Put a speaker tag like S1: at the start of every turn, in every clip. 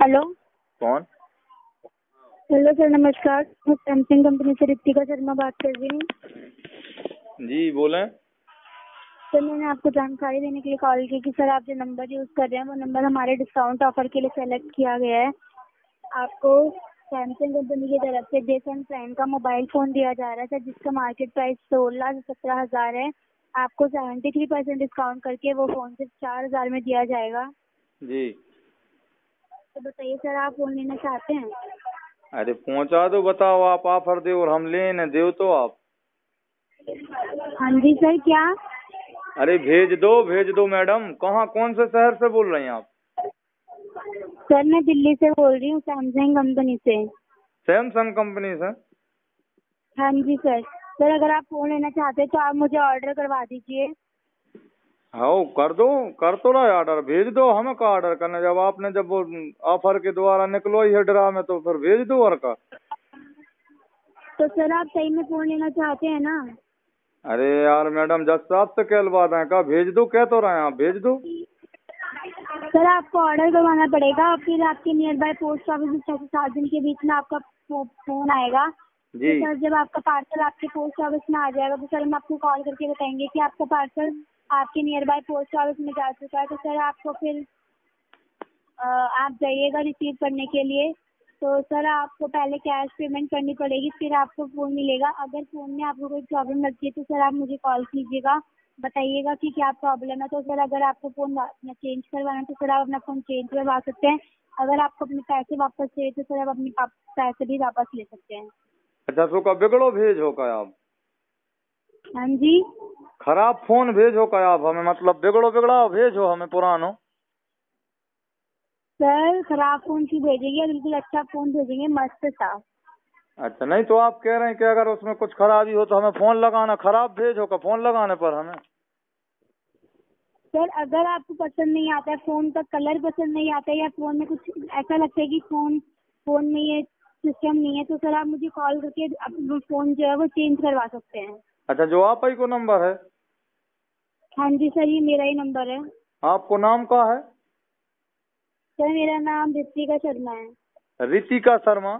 S1: Hello
S2: कौन
S1: hello sir नमस्कार मैं सैमसंग कंपनी से रितिका शर्मा बात कर रही हूँ
S2: जी बोले
S1: सर तो मैंने आपको जानकारी देने के लिए कॉल की कि सर आप जो नंबर यूज़ कर रहे हैं वो नंबर हमारे डिस्काउंट ऑफर के लिए सेलेक्ट किया गया है आपको सैमसंग कंपनी की तरफ से जे सेवन प्राइम का मोबाइल फ़ोन दिया जा रहा है सर जिसका मार्केट प्राइस सोलह से सत्रह हज़ार है आपको सेवेंटी थ्री परसेंट डिस्काउंट करके वो फ़ोन सिर्फ चार हज़ार में दिया जाएगा
S2: जी
S1: तो बताइए सर आप फ़ोन लेना चाहते हैं
S2: अरे पहुंचा दो बताओ आप ऑफर दे और हम ले न दे तो आप
S1: हाँ जी सर क्या
S2: अरे भेज दो भेज दो मैडम कहाँ कौन से शहर से बोल रहे हैं आप
S1: सर मैं दिल्ली से बोल रही हूँ सैमसंग कंपनी से
S2: सैमसंग कंपनी से
S1: हाँ जी सर सर अगर आप फ़ोन लेना चाहते हैं तो आप मुझे ऑर्डर करवा दीजिए
S2: हाँ कर दो कर तो रहा ऑर्डर भेज दो हमें का ऑर्डर करना जब आपने जब वो ऑफर के द्वारा निकलो ही है ड्रा में तो फिर भेज दो और का
S1: तो सर आप सही में फ़ोन लेना चाहते हैं ना
S2: अरे यार मैडम जज साहब से क्या बात है का भेज दो कह तो रहे हैं आप भेज दो
S1: सर आपको ऑर्डर करवाना पड़ेगा और फिर आपके नियर बाय पोस्ट ऑफिस छः से सात दिन के बीच में आपका फो- फ़ोन आएगा
S2: जी
S1: तो सर जब आपका पार्सल आपके पोस्ट ऑफिस में आ जाएगा तो सर हम आपको कॉल करके बताएंगे कि आपका पार्सल आपके नियर बाय पोस्ट ऑफिस में जा चुका है तो सर आपको फिर अ, आप जाइएगा रिसीव करने के लिए तो सर आपको पहले कैश पेमेंट करनी पड़ेगी फिर आपको फ़ोन मिलेगा अगर फ़ोन में आपको कोई प्रॉब्लम लगती है तो सर आप मुझे कॉल कीजिएगा बताइएगा कि क्या प्रॉब्लम है तो सर अगर आपको फ़ोन अपना चेंज करवाना है तो सर आप अपना फ़ोन चेंज करवा सकते हैं अगर आपको अपने पैसे वापस चाहिए तो सर आप अपने पा- पैसे भी वापस ले सकते हैं
S2: अच्छा सो का बिगड़ो भेजो का आप
S1: हाँ जी
S2: खराब फोन भेजो का आप हमें मतलब बिगड़ो बिगड़ा भेजो हमें पुरानो
S1: सर खराब फ़ोन क्यों भेजेंगे बिल्कुल अच्छा फ़ोन भेजेंगे मस्त सा
S2: अच्छा नहीं तो आप कह रहे हैं कि अगर उसमें कुछ खराबी हो तो हमें फोन लगाना खराब भेजो का फोन लगाने पर हमें
S1: सर अगर आपको पसंद नहीं आता है फोन का कलर पसंद नहीं आता है या फोन में कुछ ऐसा लगता है कि फोन फोन में ये सिस्टम नहीं है तो सर आप मुझे कॉल करके अपना फोन जो है वो चेंज करवा सकते हैं
S2: अच्छा जो आप ही को नंबर है
S1: हाँ जी सर ये मेरा ही नंबर है
S2: आपको नाम का है
S1: सर मेरा नाम ऋतिका शर्मा है
S2: रितिका शर्मा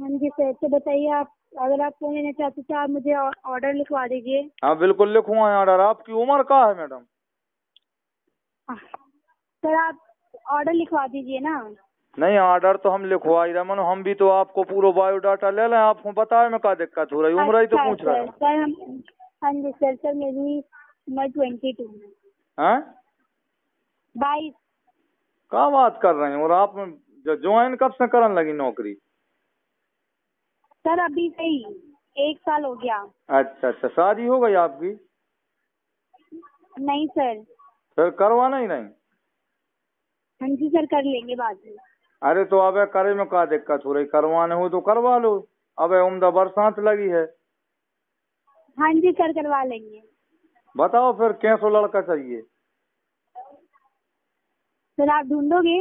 S1: हाँ जी सर तो बताइए आप अगर आप फोन लेना चाहते हैं तो आप मुझे ऑ- ऑर्डर लिखवा दीजिए
S2: हाँ बिल्कुल लिखूंगा यहाँ ऑर्डर आपकी उम्र का है मैडम
S1: सर आप ऑर्डर लिखवा दीजिए ना
S2: नहीं ऑर्डर तो हम लिखवा ही रहे मनो हम भी तो आपको पूरा बायोडाटा ले लें आपको बताए में क्या दिक्कत हो रही उम्र ही तो
S1: अच्छा,
S2: पूछ रहे
S1: सर सर हम हाँ जी सर सर मेरी उम्र ट्वेंटी टू है
S2: हैं हैं?
S1: बाईस
S2: का बात कर रहे हैं और आप ज्वाइन कब से करन लगी नौकरी
S1: सर अभी सही एक साल हो गया
S2: अच्छा अच्छा शादी हो गई आपकी
S1: नहीं सर
S2: फिर करवाना ही नहीं
S1: हाँ जी सर कर लेंगे बाद में
S2: अरे तो अब करे में का दिक्कत हो रही करवाने हो तो करवा लो अब उम्दा बरसात लगी है
S1: हाँ जी सर करवा लेंगे
S2: बताओ फिर कैसो लड़का चाहिए
S1: सर आप ढूंढोगे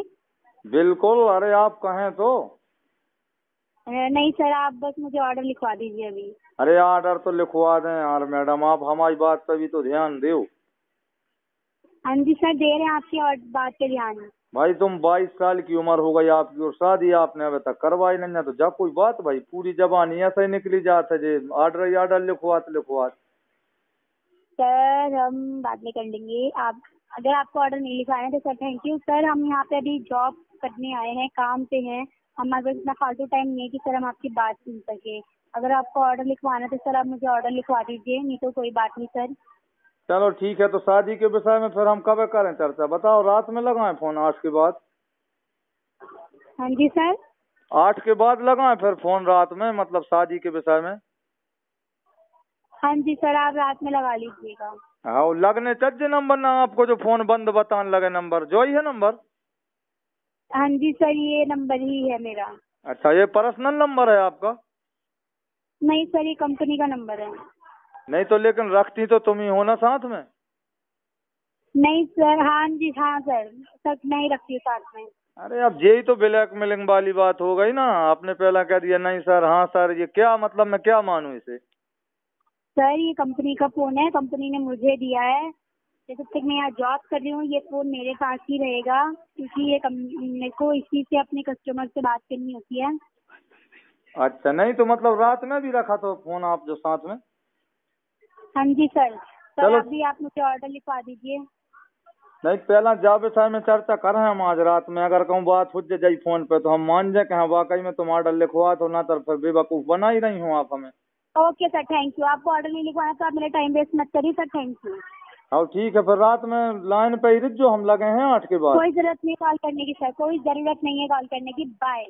S2: बिल्कुल अरे आप कहें तो
S1: अ, नहीं सर आप बस मुझे ऑर्डर लिखवा दीजिए अभी
S2: अरे ऑर्डर तो लिखवा दें यार मैडम आप हमारी बात पर भी तो ध्यान दो
S1: हाँ जी सर दे रहे हैं आपकी और बात पे ध्यान
S2: भाई तुम 22 साल की उम्र हो गई आपकी और शादी आपने अभी तक करवाई नहीं है, तो जा कोई बात भाई पूरी जबानी ऐसे ही निकली जात है जे ऑर्डर ही ऑर्डर लिखवात लिखवात
S1: सर हम बाद में कर लेंगे आप अगर आपको ऑर्डर नहीं लिखवाना है तो सर थैंक यू सर हम यहाँ पे अभी जॉब करने आए हैं काम पे हैं हमारे पास इतना फालतू टाइम नहीं है कि सर हम आपकी बात सुन सके अगर आपको ऑर्डर लिखवाना है तो सर आप मुझे ऑर्डर लिखवा दीजिए नहीं तो कोई बात नहीं सर
S2: चलो ठीक है तो शादी के विषय में फिर हम कब करें चर्चा बताओ रात में लगाएं फोन आठ के बाद
S1: हाँ जी सर
S2: आठ के बाद लगाएं फिर फोन रात में मतलब शादी के विषय में
S1: हाँ जी सर आप रात में लगा लीजिएगा
S2: हाँ वो लगने चाहिए नंबर ना आपको जो फोन बंद बताने लगे नंबर जो ही है नंबर
S1: हाँ जी सर ये नंबर ही है मेरा
S2: अच्छा ये पर्सनल नंबर है आपका
S1: नहीं सर ये कंपनी का नंबर है
S2: नहीं तो लेकिन रखती तो तुम ही हो ना साथ में
S1: नहीं सर हाँ जी हाँ सर सर मैं ही रखती हूँ साथ में
S2: अरे अब यही तो ब्लैकमेलिंग वाली बात हो गई ना आपने पहला कह दिया नहीं सर हाँ सर ये क्या मतलब मैं क्या मानूं इसे
S1: सर ये कंपनी का फोन है कंपनी ने मुझे दिया है जब तक मैं यहाँ जॉब कर रही हूँ ये फोन मेरे पास ही रहेगा क्योंकि ये कम, मेरे को इसी से अपने कस्टमर से बात करनी होती है
S2: अच्छा नहीं तो मतलब रात में भी रखा था फोन आप जो साथ में
S1: हाँ जी सर सर
S2: चलो।
S1: अभी आप मुझे ऑर्डर लिखवा दीजिए
S2: नहीं पहला जावे साहब में चर्चा कर रहे हम आज रात में अगर कहूँ बात हो जाए फोन पे तो हम मान जाए कि हाँ वाकई में तुम ऑर्डर लिखवा तो ना तर फिर बेवकूफ बना ही नहीं हो आप हमें
S1: ओके सर थैंक यू आपको ऑर्डर नहीं लिखवाना तो आप मेरा टाइम वेस्ट मत करिए सर थैंक यू
S2: और ठीक है फिर रात में लाइन पे ही रिझ जो हम लगे हैं आठ के बाद
S1: कोई जरूरत नहीं कॉल करने की सर कोई जरूरत नहीं है कॉल करने की बाय